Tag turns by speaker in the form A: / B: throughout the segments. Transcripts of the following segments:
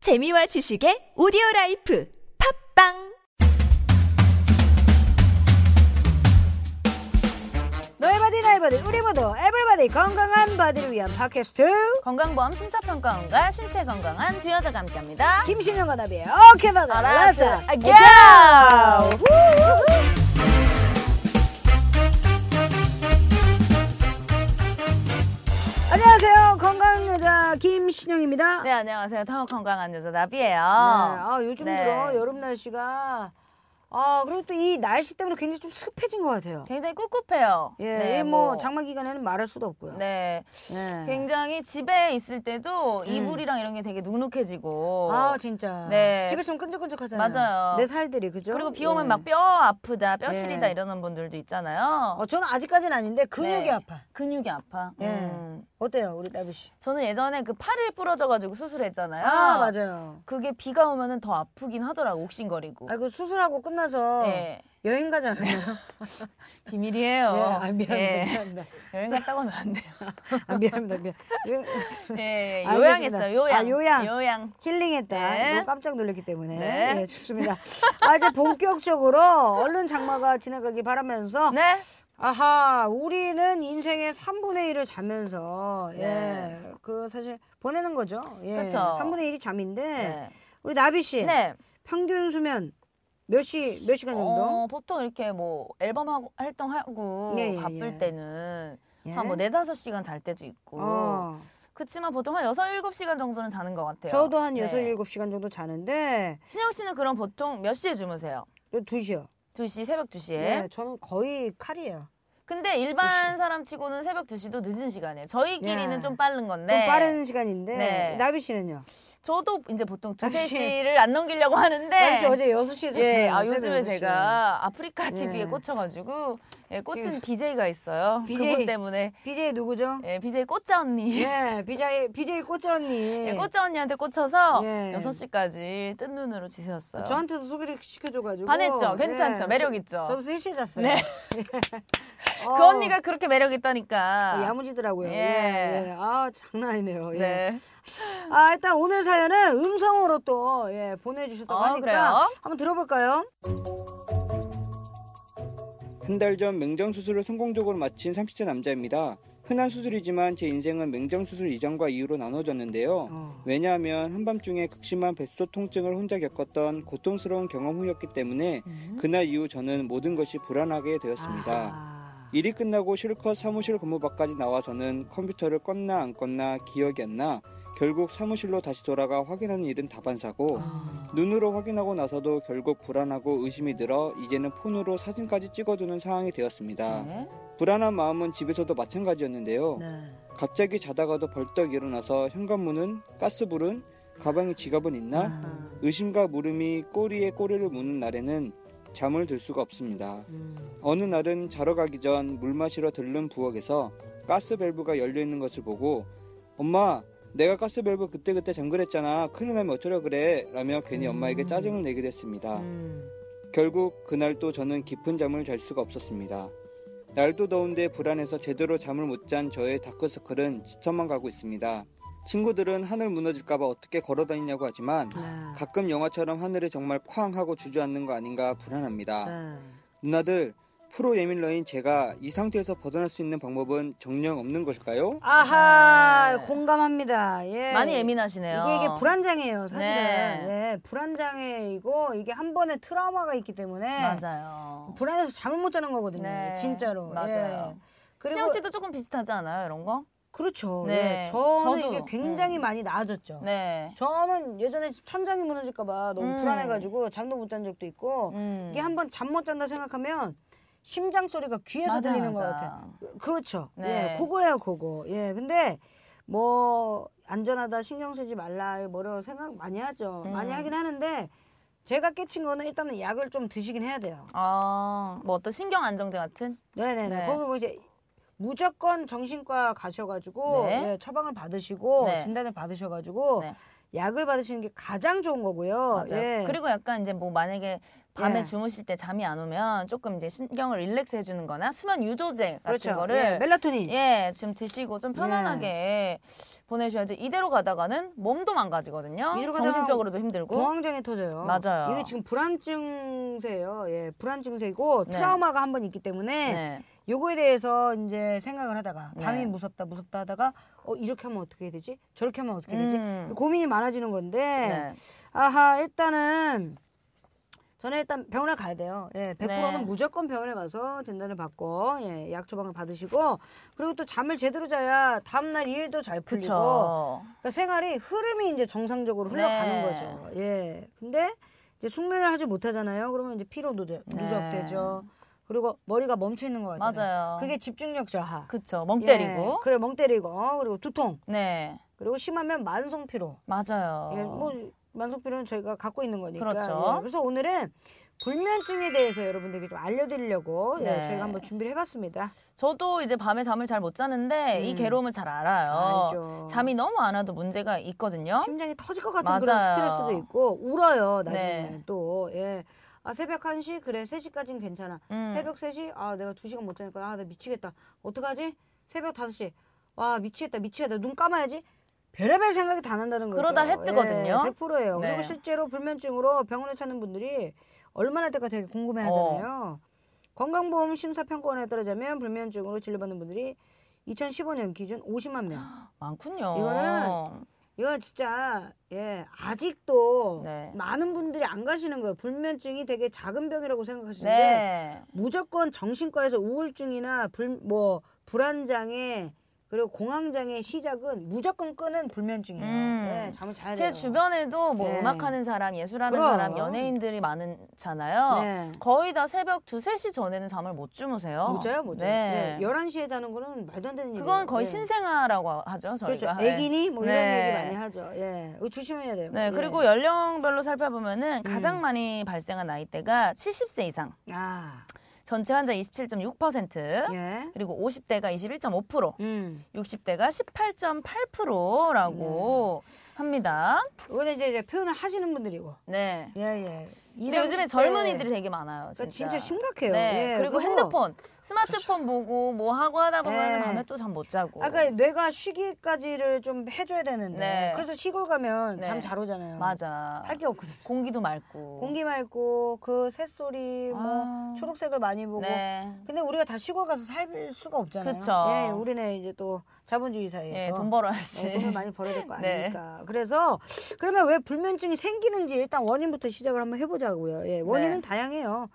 A: 재미와 지식의 오디오 라이프 팝빵
B: 너의 바디 나의 바디 우리 모두 에브리바디 건강한 바디를 위한 팟캐스트
C: 건강보험 심사평가원과 신체 건강한 두 여자가 함께합니다.
B: 김신영과 나비의 오케이 바디
C: 알았어.
B: 알았어
C: 아, go!
B: 안녕하세요 건강여자 김신영입니다
C: 네, 안녕하세요. 타워 건강한 여자 나비예요.
B: 아, 요즘
C: 네.
B: 들어 여름 날씨가 아 그리고 또 이 날씨 때문에 굉장히 좀 습해진 것 같아요
C: 굉장히 꿉꿉해요.
B: 네. 예, 이게 뭐, 장마 기간에는 말할 수도 없고요
C: 네,
B: 네. 음.
C: 굉장히 집에 있을 때도 이불이랑 이런 게 되게 눅눅해지고
B: 아 진짜
C: 네.
B: 집에 있으면 끈적끈적하잖아요
C: 맞아요.
B: 내 살들이 그죠
C: 그리고 비 오면
B: 예.
C: 막 뼈 아프다, 뼈
B: 네.
C: 시리다 이러는 분들도 있잖아요.
B: 어, 저는 아직까지는 아닌데 근육이
C: 네.
B: 아파.
C: 근육이 아파.
B: 예.
C: 음.
B: 어때요, 우리 나비 씨?
C: 저는 예전에 그 팔을 부러져가지고 수술했잖아요.
B: 아, 맞아요.
C: 그게 비가 오면은 더 아프긴 하더라고 욱신거리고.
B: 아, 그 수술하고 끝나서
C: 예.
B: 여행 가잖아요.
C: 비밀이에요.
B: 예, 아, 미안합니다.
C: 예.
B: 미안합니다.
C: 여행 갔다 오면 안 돼요.
B: 아, 미안합니다. 미안. 여행-
C: 예, 예.
B: 알겠습니다.
C: 요양했어요. 요양.
B: 아, 요양.
C: 요양.
B: 힐링했다.
C: 네.
B: 너무 깜짝 놀랐기 때문에.
C: 네.
B: 예, 좋습니다. 아, 이제 본격적으로 얼른 장마가 지나가기 바라면서
C: 네.
B: 아하, 우리는 인생의 3분의 1을 자면서 예.
C: 네.
B: 그 사실 보내는 거죠. 예.
C: 그쵸.
B: 3분의 1이 잠인데
C: 네.
B: 우리 나비 씨
C: 네.
B: 평균 수면 몇 시, 몇 시간 정도?
C: 어, 보통 이렇게 뭐 앨범 하고 활동하고
B: 예, 예,
C: 바쁠
B: 예. 때는
C: 때는 한 뭐 네다섯 시간 잘 때도 있고.
B: 예? 어.
C: 그렇지만 보통 한 여섯 일곱 시간 정도는 자는 것 같아요.
B: 저도 한
C: 네.
B: 여섯 일곱 시간 정도 자는데
C: 신영 씨는 그럼 보통 몇 시에 주무세요?
B: 두시요
C: 두시 새벽 두시에
B: 네, 저는 거의 칼이에요.
C: 근데 일반 사람 치고는 새벽 두시도 늦은 시간이에요. 저희끼리는
B: 예.
C: 좀 빠른 건데.
B: 좀 빠른 시간인데
C: 네.
B: 나비 씨는요?
C: 저도 이제 보통 두세
B: 당신-
C: 시를 안 넘기려고 하는데.
B: 나비 씨 어제 6시에 잤어요.
C: 네. 예, 아 요즘에 제가 아프리카 TV에
B: 예.
C: 꽂혀가지고 예,
B: 지금-
C: 꽂힌 BJ가 있어요.
B: BJ.
C: 그분 때문에
B: BJ 누구죠?
C: 예, BJ 꽂자 언니.
B: 네, BJ BJ 꽃자 언니.
C: 예, 꽂자 언니한테 꽂혀서
B: 예.
C: 6시까지 뜬 눈으로 지새웠어요.
B: 저한테도 소개를 시켜줘 가지고 예. 네.
C: 반했죠? 괜찮죠? 매력 있죠?
B: 저도 3시에 잤어요.
C: 네.
B: 어,
C: 그 언니가 그렇게 매력 있다니까.
B: 야무지더라고요.
C: 예.
B: 예, 예. 아, 장난 아니네요. 예.
C: 네.
B: 아, 일단 오늘 사연은 음성으로 또 예, 보내주셨다고
C: 어,
B: 하니까
C: 그래요?
B: 한번 들어볼까요?
D: 한 달 전 맹장 수술을 성공적으로 마친 30대 남자입니다. 흔한 수술이지만 제 인생은 맹장 수술 이전과 이후로 나눠졌는데요.
B: 어.
D: 왜냐하면 한밤중에 극심한 뱃속 통증을 혼자 겪었던 고통스러운 경험 후였기 때문에 그날 이후 저는 모든 것이 불안하게 되었습니다.
B: 아하.
D: 일이 끝나고 실컷 사무실 근무 밖까지 나와서는 컴퓨터를 껐나 안 껐나 기억이 안 나 결국 사무실로 다시 돌아가 확인하는 일은 다반사고
B: 아.
D: 눈으로 확인하고 나서도 결국 불안하고 의심이 들어 이제는 폰으로 사진까지 찍어두는 상황이 되었습니다.
C: 네.
D: 불안한 마음은 집에서도 마찬가지였는데요.
B: 네.
D: 갑자기 자다가도 벌떡 일어나서 현관문은 가스불은 가방에 지갑은 있나
B: 아,
D: 의심과 물음이 꼬리에 꼬리를 무는 날에는 잠을 들 수가 없습니다.
B: 음.
D: 어느 날은 자러 가기 전 물 마시러 들른 부엌에서 가스 밸브가 열려 있는 것을 보고 엄마 내가 가스 밸브 그때그때 잠그랬잖아 큰일 나면 어쩌려 그래 라며 괜히 엄마에게 짜증을 내게 됐습니다.
B: 음.
D: 결국 그날 또 저는 깊은 잠을 잘 수가 없었습니다. 날도 더운데 불안해서 제대로 잠을 못 잔 저의 다크서클은 지쳐만 가고 있습니다. 친구들은 하늘 무너질까봐 어떻게 걸어 다니냐고 하지만
B: 네.
D: 가끔 영화처럼 하늘에 정말 쾅 하고 주저앉는 거 아닌가 불안합니다.
B: 네.
D: 누나들 프로 예밀러인 제가 이 상태에서 벗어날 수 있는 방법은 정령 없는 걸까요?
B: 아하
C: 네.
B: 공감합니다. 예.
C: 많이 예민하시네요.
B: 이게 이게 불안장애예요, 사실은.
C: 네.
B: 예, 불안장애이고 이게 한 번의 트라우마가 있기 때문에
C: 맞아요.
B: 불안해서 잠을 못 자는 거거든요. 예. 네. 진짜로.
C: 네, 맞아요.
B: 예. 그리고
C: 신영 씨도 조금 비슷하지 않아요, 이런 거?
B: 그렇죠.
C: 네.
B: 예. 저는
C: 저도.
B: 이게 굉장히
C: 음.
B: 많이 나아졌죠.
C: 네.
B: 저는 예전에 천장이 무너질까봐 너무
C: 음.
B: 불안해가지고 잠도 못 잔 적도 있고
C: 음.
B: 이게 한 번 잠 못 잔다 생각하면 심장 소리가 귀에서
C: 맞아,
B: 들리는 것
C: 맞아.
B: 같아요. 그- 그렇죠.
C: 네.
B: 예, 그거예요, 그거. 예, 근데 뭐 안전하다 신경 쓰지 말라 뭐라고 생각 많이 하죠.
C: 음.
B: 많이 하긴 하는데 제가 깨친 거는 일단은 약을 좀 드시긴 해야 돼요.
C: 아, 뭐 어떤 신경 안정제 같은?
B: 네네네.
C: 네.
B: 거기 뭐 이제 무조건 정신과 가셔가지고
C: 네.
B: 예, 처방을 받으시고
C: 네.
B: 진단을 받으셔가지고
C: 네.
B: 약을 받으시는 게 가장 좋은 거고요.
C: 맞아요.
B: 예.
C: 그리고 약간 이제 뭐 만약에 밤에
B: 예.
C: 주무실 때 잠이 안 오면 조금 이제 신경을 릴렉스 해주는 거나 수면 유도제 같은
B: 그렇죠. 예,
C: 거를 예,
B: 멜라토닌. 예.
C: 지금 드시고 좀 편안하게 보내셔야지 이대로 가다가는 몸도 망가지거든요.
B: 이대로 가다가
C: 정신적으로도 힘들고.
B: 공황장애 터져요.
C: 맞아요.
B: 이게 지금 불안 증세예요. 예, 불안 증세이고
C: 네.
B: 트라우마가 한 번 있기 때문에
C: 네.
B: 요거에 대해서 이제 생각을 하다가
C: 네.
B: 밤이 무섭다 무섭다 하다가 어 이렇게 하면 어떻게 해야 되지? 저렇게 하면 어떻게 해야 되지?
C: 음.
B: 고민이 많아지는 건데
C: 네.
B: 아하 일단은 저는 일단 병원에 가야 돼요. 예, 100%는
C: 네.
B: 무조건 병원에 가서 진단을 받고 예, 약 처방을 받으시고 그리고 또 잠을 제대로 자야 다음 날 일도 잘 풀리고
C: 그쵸.
B: 그러니까 생활이 흐름이 이제 정상적으로
C: 네.
B: 흘러가는 거죠. 예. 근데 이제 숙면을 하지 못하잖아요. 그러면 이제 피로도 누-
C: 네.
B: 누적되죠. 그리고 머리가 멈춰 있는 거 같아요.
C: 맞아요.
B: 그게 집중력 저하.
C: 그쵸. 멍
B: 예,
C: 때리고.
B: 그래 멍 때리고 어, 그리고 두통
C: 네.
B: 그리고 심하면 만성 피로.
C: 맞아요.
B: 예, 뭐 만성 피로는 저희가 갖고 있는 거니까.
C: 어. 그렇죠.
B: 예, 그래서 오늘은 불면증에 대해서 여러분들에게 좀 알려드리려고 예,
C: 네.
B: 저희가 한번 준비를 해봤습니다.
C: 저도 이제 밤에 잠을 잘 못 자는데 이
B: 음.
C: 괴로움을 잘 알아요.
B: 알죠.
C: 잠이 너무 안 와도 문제가 있거든요.
B: 심장이 터질 것 같은
C: 어? 맞아요.
B: 그런 스트레스도 있고 울어요 나중에
C: 네.
B: 또 예. 아 새벽 1시 그래 3시까지는 괜찮아.
C: 음.
B: 새벽 3시 아 내가 2시간 못 자니까 아 나 미치겠다. 어떡하지? 새벽 5시 와 미치겠다 미치겠다 눈 감아야지. 별의별 생각이 다 난다는 거죠.
C: 그러다 해 뜨거든요.
B: 예, 100%예요.
C: 네.
B: 그리고 실제로 불면증으로 병원에 찾는 분들이 얼마나 될까 되게 궁금해하잖아요.
C: 어.
B: 건강보험 심사평가원에 따르자면 불면증으로 진료받는 분들이 2015년 기준 50만 명.
C: 많군요.
B: 이거는 이거 진짜 예 아직도
C: 네.
B: 많은 분들이 안 가시는 거예요. 불면증이 되게 작은 병이라고 생각하시는데
C: 네.
B: 무조건 정신과에서 우울증이나 불 뭐 불안 장애 그리고 공황 장애 시작은 무조건 끄는 불면증이에요.
C: 음.
B: 네, 잠을 자야 돼요.
C: 제 주변에도 뭐
B: 네.
C: 음악하는 사람, 예술하는
B: 그럼.
C: 사람, 연예인들이 많잖아요.
B: 네.
C: 거의 다 새벽 2, 3시 전에는 잠을 못 주무세요.
B: 못 자요, 못 자요.
C: 네.
B: 네. 11시에 자는 거는 말도 안 되는 일이에요.
C: 그건 거의
B: 예.
C: 신생아라고 하죠,
B: 그렇죠.
C: 저희가. 네.
B: 애기니 뭐 이런
C: 네.
B: 얘기 많이 하죠. 예. 이거 조심해야 돼요.
C: 네,
B: 예.
C: 그리고 연령별로 살펴보면은 가장
B: 음.
C: 많이 발생한 나이대가 70세 이상,
B: 아.
C: 전체 환자 27.6%,
B: 예.
C: 그리고 50대가 21.5%,
B: 음.
C: 60대가 18.8%라고
B: 네.
C: 합니다.
B: 이거는 이제, 이제 표현을 하시는 분들이고.
C: 네.
B: 예, 예. 이,
C: 근데 요즘에
B: 삼십 대-
C: 젊은이들이 되게 많아요.
B: 그러니까 진짜
C: 진짜.
B: 심각해요.
C: 네.
B: 예,
C: 그리고 핸드폰, 스마트폰 보고 뭐 하고 하다 보면
B: 예.
C: 밤에 또 잠 못 자고.
B: 아까 그러니까 뇌가 쉬기까지를 좀 해줘야 되는데
C: 네.
B: 그래서 시골 가면
C: 네.
B: 잠 잘 오잖아요.
C: 맞아.
B: 할 게 없거든.
C: 공기도 맑고.
B: 공기 맑고 그 새소리
C: 아.
B: 뭐 초록색을 많이 보고.
C: 네.
B: 근데 우리가 다 시골 가서 살 수가 없잖아요.
C: 그쵸.
B: 예, 우리는 이제 또 자본주의 사회에서
C: 예, 돈
B: 어, 네, 돈을
C: 벌어야지.
B: 많이 벌어야 될 거
C: 네.
B: 아닙니까? 그래서 그러면 왜 불면증이 생기는지 일단 원인부터 시작을 한번 해보자고요. 예, 원인은
C: 네.
B: 다양해요.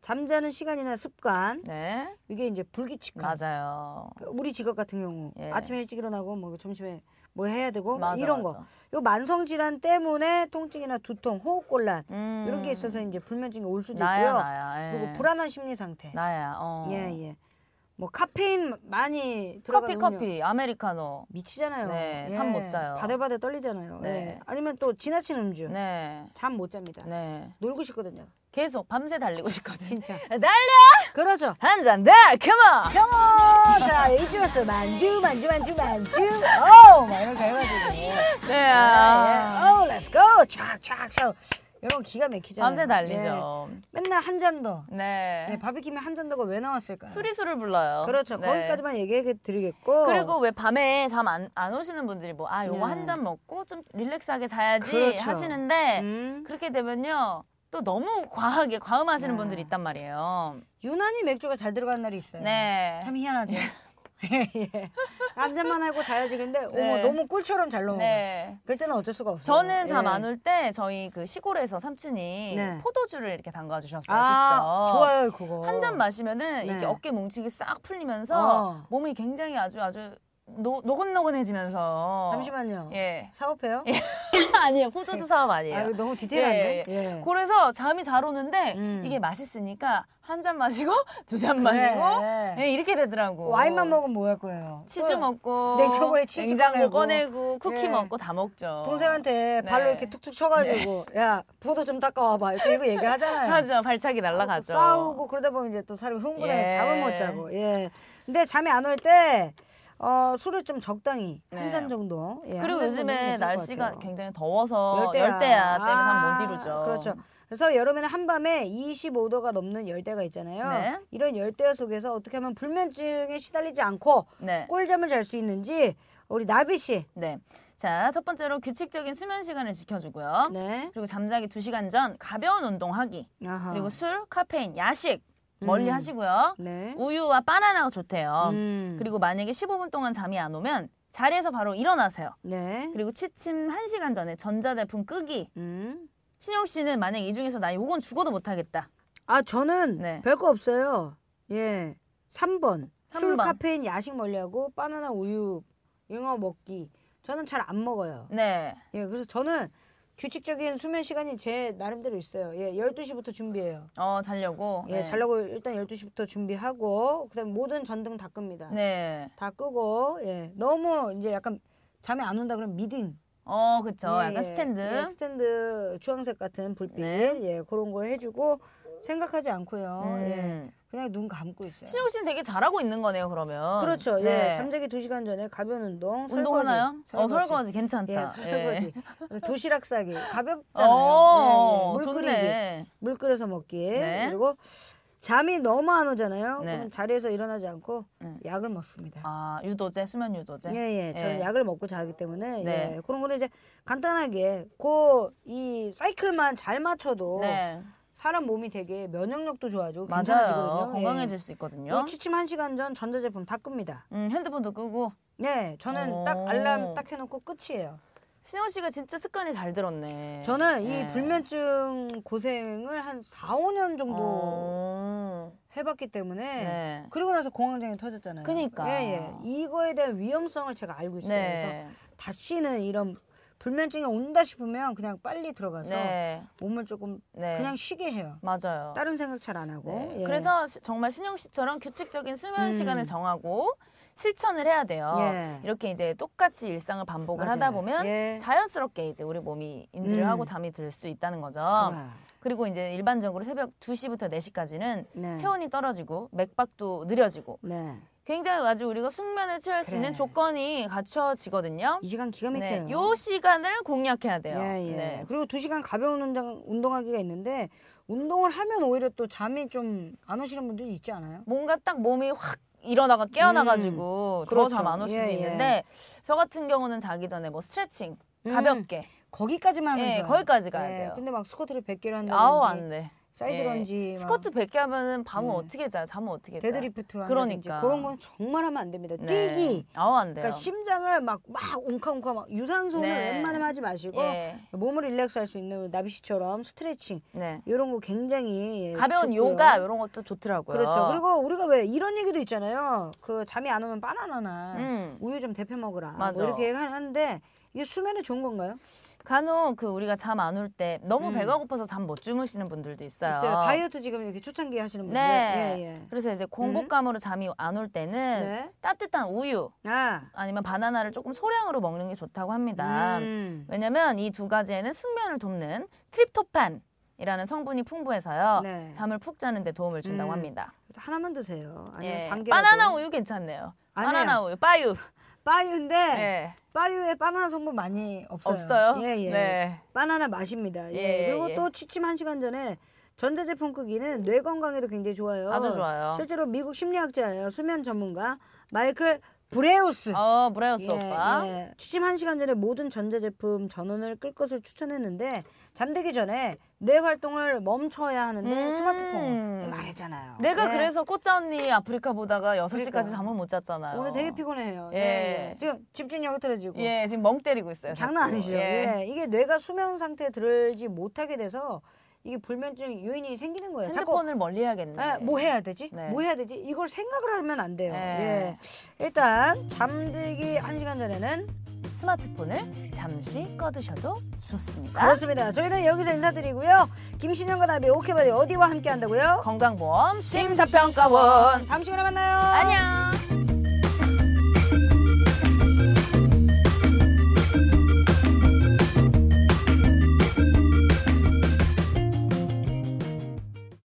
B: 잠자는 시간이나 습관
C: 네.
B: 이게 이제 불규칙한
C: 맞아요.
B: 그 우리 직업 같은 경우
C: 예.
B: 아침에 일찍 일어나고 뭐 점심에 뭐 해야 되고
C: 맞아,
B: 이런
C: 맞아.
B: 거. 요 만성 질환 때문에 통증이나 두통, 호흡곤란
C: 음.
B: 이런 게 있어서 이제 불면증이 올 수도
C: 나야
B: 있고요.
C: 나야. 예.
B: 그리고 불안한 심리 상태.
C: 나야. 어.
B: 예, 예. 뭐 카페인 많이 들어간
C: 커피
B: 음료.
C: 커피 아메리카노.
B: 미치잖아요. 예.
C: 네, 잠못 자요.
B: 바들바들 떨리잖아요.
C: 네.
B: 예. 아니면 또 지나친 음주.
C: 네.
B: 잠 못 잡니다.
C: 네.
B: 놀고 싶거든요.
C: 계속 밤새 달리고 싶거든.
B: 진짜.
C: 날려
B: 그러죠.
C: 한잔 네, 날. 컴온.
B: 어, 자, 이쯤에서 만두, 만두, 만두, 만두.
C: 어,
B: 오, 막 이렇게 해가지고.
C: 네. 아.
B: 예. 오, 렛츠 고! 촥, 촥, 촥. 이런 거 기가 막히잖아요.
C: 밤새 달리죠.
B: 예. 맨날 한 잔 더.
C: 네.
B: 예, 바비킴이 한 잔 더가 왜 나왔을까요?
C: 수리수를 불러요.
B: 그렇죠.
C: 네.
B: 거기까지만 뭐. 얘기해 드리겠고.
C: 그리고 왜 밤에 잠 안 안 오시는 분들이 뭐 아 요거
B: 네.
C: 한 잔 먹고 좀 릴렉스하게 자야지
B: 그렇죠.
C: 하시는데
B: 음,
C: 그렇게 되면요 또 너무 과하게 과음하시는
B: 네.
C: 분들이 있단 말이에요.
B: 유난히 맥주가 잘 들어간 날이 있어요.
C: 네.
B: 참 희한하죠. 예. 한 잔만 하고 자야지. 근데
C: 네.
B: 어머, 너무 꿀처럼 잘 넘어가.
C: 네.
B: 그럴 때는 어쩔 수가 없어요.
C: 저는 잠
B: 예.
C: 안 올 때 저희 그 시골에서 삼촌이
B: 네.
C: 포도주를 이렇게 담가 주셨어요.
B: 아,
C: 직접.
B: 좋아요, 그거.
C: 한 잔 마시면은
B: 네.
C: 이게 어깨 뭉치기 싹 풀리면서
B: 어.
C: 몸이 굉장히 아주 아주 노, 노곤노곤해지면서
B: 잠시만요.
C: 예.
B: 사업해요?
C: 아니에요. 포도주 사업 아니에요.
B: 아, 이거 너무 디테일한데?
C: 예,
B: 예.
C: 그래서 잠이 잘 오는데
B: 음.
C: 이게 맛있으니까 한 잔 마시고 두 잔 마시고
B: 그래.
C: 예, 이렇게 되더라고.
B: 와인만 먹으면 뭐 할 거예요?
C: 치즈
B: 또
C: 먹고
B: 냉장고에 치즈
C: 냉장고
B: 꺼내고.
C: 꺼내고 쿠키
B: 예.
C: 먹고 다 먹죠.
B: 동생한테
C: 어. 네.
B: 발로 이렇게 툭툭 쳐가지고 야 포도 좀 닦아와봐 이렇게 이거 얘기하잖아요.
C: 하죠. 발차기
B: 또
C: 날라가죠.
B: 싸우고 그러다 보면 이제 또 사람이 흥분해서
C: 예.
B: 잠을 못 자고. 예. 근데 잠이 안 올 때 어, 술을 좀 적당히 한
C: 네.
B: 잔 정도. 예, 한잔
C: 그리고
B: 정도는
C: 요즘에
B: 괜찮을 것
C: 날씨가
B: 같아요.
C: 굉장히 더워서 열대야, 때문에
B: 아,
C: 잘못 이루죠.
B: 그렇죠. 그래서 여름에는 한밤에 25도가 넘는 열대가 있잖아요.
C: 네.
B: 이런 열대 속에서 어떻게 하면 불면증에 시달리지 않고
C: 네.
B: 꿀잠을 잘 수 있는지 우리 나비 씨.
C: 네. 자, 첫 번째로 규칙적인 수면 시간을 지켜주고요.
B: 네.
C: 그리고 잠자기 두시간전 가벼운 운동하기.
B: 아하.
C: 그리고 술, 카페인, 야식
B: 음.
C: 멀리 하시고요.
B: 네.
C: 우유와 바나나가 좋대요.
B: 음.
C: 그리고 만약에 15분 동안 잠이 안 오면 자리에서 바로 일어나세요.
B: 네.
C: 그리고 취침 1시간 전에 전자제품 끄기.
B: 음.
C: 신영 씨는 만약 이 중에서 나 이건 죽어도 못 하겠다.
B: 아, 저는
C: 네.
B: 별거 없어요. 예. 3번. 술,
C: 삼 번.
B: 카페인, 야식 멀리하고 바나나 우유, 잉어 먹기. 저는 잘 안 먹어요.
C: 네.
B: 예, 그래서 저는 규칙적인 수면 시간이 제 나름대로 있어요. 예, 12시부터 준비해요.
C: 어, 자려고.
B: 예, 자려고 일단 12시부터 준비하고 그다음 모든 전등 다 끕니다.
C: 네.
B: 다 끄고 예. 너무 이제 약간 잠이 안 온다 그러면 미딩.
C: 어, 그쵸.
B: 예,
C: 약간
B: 예.
C: 스탠드.
B: 예, 스탠드 주황색 같은 불빛.
C: 네.
B: 예, 그런 거 해 주고 생각하지 않고요. 예.
C: 음.
B: 그냥 눈 감고 있어요.
C: 신영 씨는 되게 잘하고 있는 거네요, 그러면.
B: 그렇죠. 예.
C: 네.
B: 잠자기 2시간 전에 가벼운 운동,
C: 운동
B: 설거지,
C: 하나요?
B: 설거지.
C: 어, 설거지
B: 예,
C: 괜찮다. 예.
B: 설거지. 도시락 싸기. 가볍잖아요. 예,
C: 어,
B: 예. 물 끓이기.
C: 좋네.
B: 물 끓여서 먹기
C: 네.
B: 그리고 잠이 너무 안 오잖아요.
C: 네.
B: 그럼 자리에서 일어나지 않고
C: 음.
B: 약을 먹습니다.
C: 아, 유도제, 수면 유도제.
B: 예예, 저는
C: 예.
B: 약을 먹고 자기 때문에
C: 네.
B: 예, 그런 거는 이제 간단하게 그 이 사이클만 잘 맞춰도
C: 네.
B: 사람 몸이 되게 면역력도 좋아지고
C: 맞아요.
B: 괜찮아지거든요.
C: 건강해질 수
B: 예.
C: 있거든요.
B: 요 취침 한 시간 전 전자제품 다 끕니다.
C: 음, 핸드폰도 끄고.
B: 네, 저는
C: 오.
B: 딱 알람 딱 해놓고 끝이에요.
C: 신영 씨가 진짜 습관이 잘 들었네.
B: 저는 이
C: 네.
B: 불면증 고생을 한 4, 5년 정도
C: 어.
B: 해봤기 때문에
C: 네.
B: 그리고 나서 공황장애 터졌잖아요.
C: 그니까.
B: 예, 예. 이거에 대한 위험성을 제가 알고 있어요. 그래서
C: 네.
B: 다시는 이런 불면증이 온다 싶으면 그냥 빨리 들어가서
C: 네.
B: 몸을 조금
C: 네.
B: 그냥 쉬게 해요.
C: 맞아요.
B: 다른 생각 잘 안 하고.
C: 네.
B: 예.
C: 그래서 시- 정말 신영 씨처럼 규칙적인 수면
B: 음.
C: 시간을 정하고 실천을 해야 돼요.
B: 예.
C: 이렇게 이제 똑같이 일상을 반복을 하다
B: 맞아요.
C: 보면
B: 예.
C: 자연스럽게 이제 우리 몸이 인지를
B: 음.
C: 하고 잠이 들 수 있다는 거죠.
B: 아,
C: 그리고 이제 일반적으로 새벽 2시부터 4시까지는
B: 네.
C: 체온이 떨어지고 맥박도 느려지고
B: 네.
C: 굉장히 아주 우리가 숙면을 취할 수
B: 그래.
C: 있는 조건이 갖춰지거든요.
B: 이 시간 기가
C: 네,
B: 막혀요.
C: 요 시간을 공략해야 돼요.
B: 예, 예.
C: 네.
B: 그리고 두 시간 가벼운 운동, 운동하기가 있는데 운동을 하면 오히려 또 잠이 좀 안 오시는 분들이 있지 않아요?
C: 뭔가 딱 몸이 확 일어나가 깨어나가지고
B: 그렇죠.
C: 더 잠 안 올 수도
B: 예, 예.
C: 있는데 저 같은 경우는 자기 전에 뭐 스트레칭 가볍게
B: 음, 거기까지만 하면
C: 예,
B: 좋아요.
C: 거기까지 가야
B: 예,
C: 돼요.
B: 근데 막 스쿼트를 100개를
C: 아우
B: 한다든지
C: 안 돼.
B: 사이드런지 막
C: 스쿼트 100개 하면은 밤은
B: 네.
C: 어떻게 자요? 잠은 어떻게 자요?
B: 데드리프트 한다든지
C: 그러니까.
B: 그런 건 정말 하면 안 됩니다.
C: 네.
B: 뛰기.
C: 아우 안 돼요.
B: 그러니까 심장을 막 막 웅카웅카 막 유산소는
C: 네.
B: 웬만하면 하지 마시고
C: 예.
B: 몸을 릴렉스 할 수 있는 우리 나비 씨처럼 스트레칭
C: 네.
B: 이런 거 굉장히 예,
C: 가벼운
B: 좋고요.
C: 요가 어. 이런 것도 좋더라고요.
B: 그렇죠. 그리고 우리가 왜 이런 얘기도 있잖아요. 그 잠이 안 오면 바나나나
C: 음.
B: 우유 좀 데펴 먹으라. 뭐
C: 맞아.
B: 이렇게 얘기하는데 이게 수면에 좋은 건가요?
C: 간혹 그 우리가 잠 안 올 때 너무
B: 음.
C: 배가 고파서 잠 못 주무시는 분들도 있어요.
B: 있어요. 다이어트 지금 이렇게 초창기 하시는 분들.
C: 네.
B: 예, 예.
C: 그래서 이제 공복감으로 잠이 안 올 때는
B: 네.
C: 따뜻한 우유
B: 아.
C: 아니면 바나나를 조금 소량으로 먹는 게 좋다고 합니다.
B: 음.
C: 왜냐면 이 두 가지에는 숙면을 돕는 트립토판이라는 성분이 풍부해서요.
B: 네.
C: 잠을 푹 어. 자는데 도움을 준다고
B: 음.
C: 합니다.
B: 하나만 드세요. 아니면
C: 예.
B: 반개라도.
C: 바나나 우유 괜찮네요.
B: 아니에요.
C: 바나나 우유, 빠유.
B: 빠유인데
C: 예.
B: 빠유에 바나나 성분 많이 없어요.
C: 없어요?
B: 예, 예.
C: 네.
B: 바나나 맛입니다. 예.
C: 예,
B: 그리고
C: 예.
B: 또 취침 한시간 전에 전자제품 끄기는 뇌 건강에도 굉장히 좋아요.
C: 아주 좋아요.
B: 실제로 미국 심리학자예요. 수면 전문가 마이클 브레우스.
C: 어, 브라이어스
B: 예,
C: 오빠.
B: 예. 취침 한시간 전에 모든 전자제품 전원을 끌 것을 추천했는데 잠들기 전에 뇌 활동을 멈춰야 하는데
C: 음.
B: 스마트폰 말했잖아요.
C: 내가
B: 예.
C: 그래서 꽃자 언니 아프리카 보다가 6시까지
B: 그러니까.
C: 잠을 못 잤잖아요.
B: 오늘 되게 피곤해요. 예.
C: 예.
B: 예. 지금 집중력이 떨어지고
C: 예, 지금 멍 때리고 있어요.
B: 장난
C: 자꾸.
B: 아니죠.
C: 예.
B: 예. 이게 뇌가 수면 상태에 들지 못하게 돼서 이게 불면증 요인이 생기는
C: 네,
B: 거예요. 자꾸
C: 핸드폰을 멀리 해야겠네.
B: 아, 뭐 해야 되지?
C: 네.
B: 뭐 해야 되지? 이걸 생각을 하면 안 돼요.
C: 네.
B: 예. 일단 잠들기 한시간 전에는
C: 스마트폰을 잠시 꺼두셔도 좋습니다.
B: 그렇습니다. 저희는 여기서 인사드리고요. 김신영과 나비 오케바디 어디와 함께 한다고요?
C: 건강보험 심사평가원.
B: 다음 시간에 만나요.
C: 어. 안녕.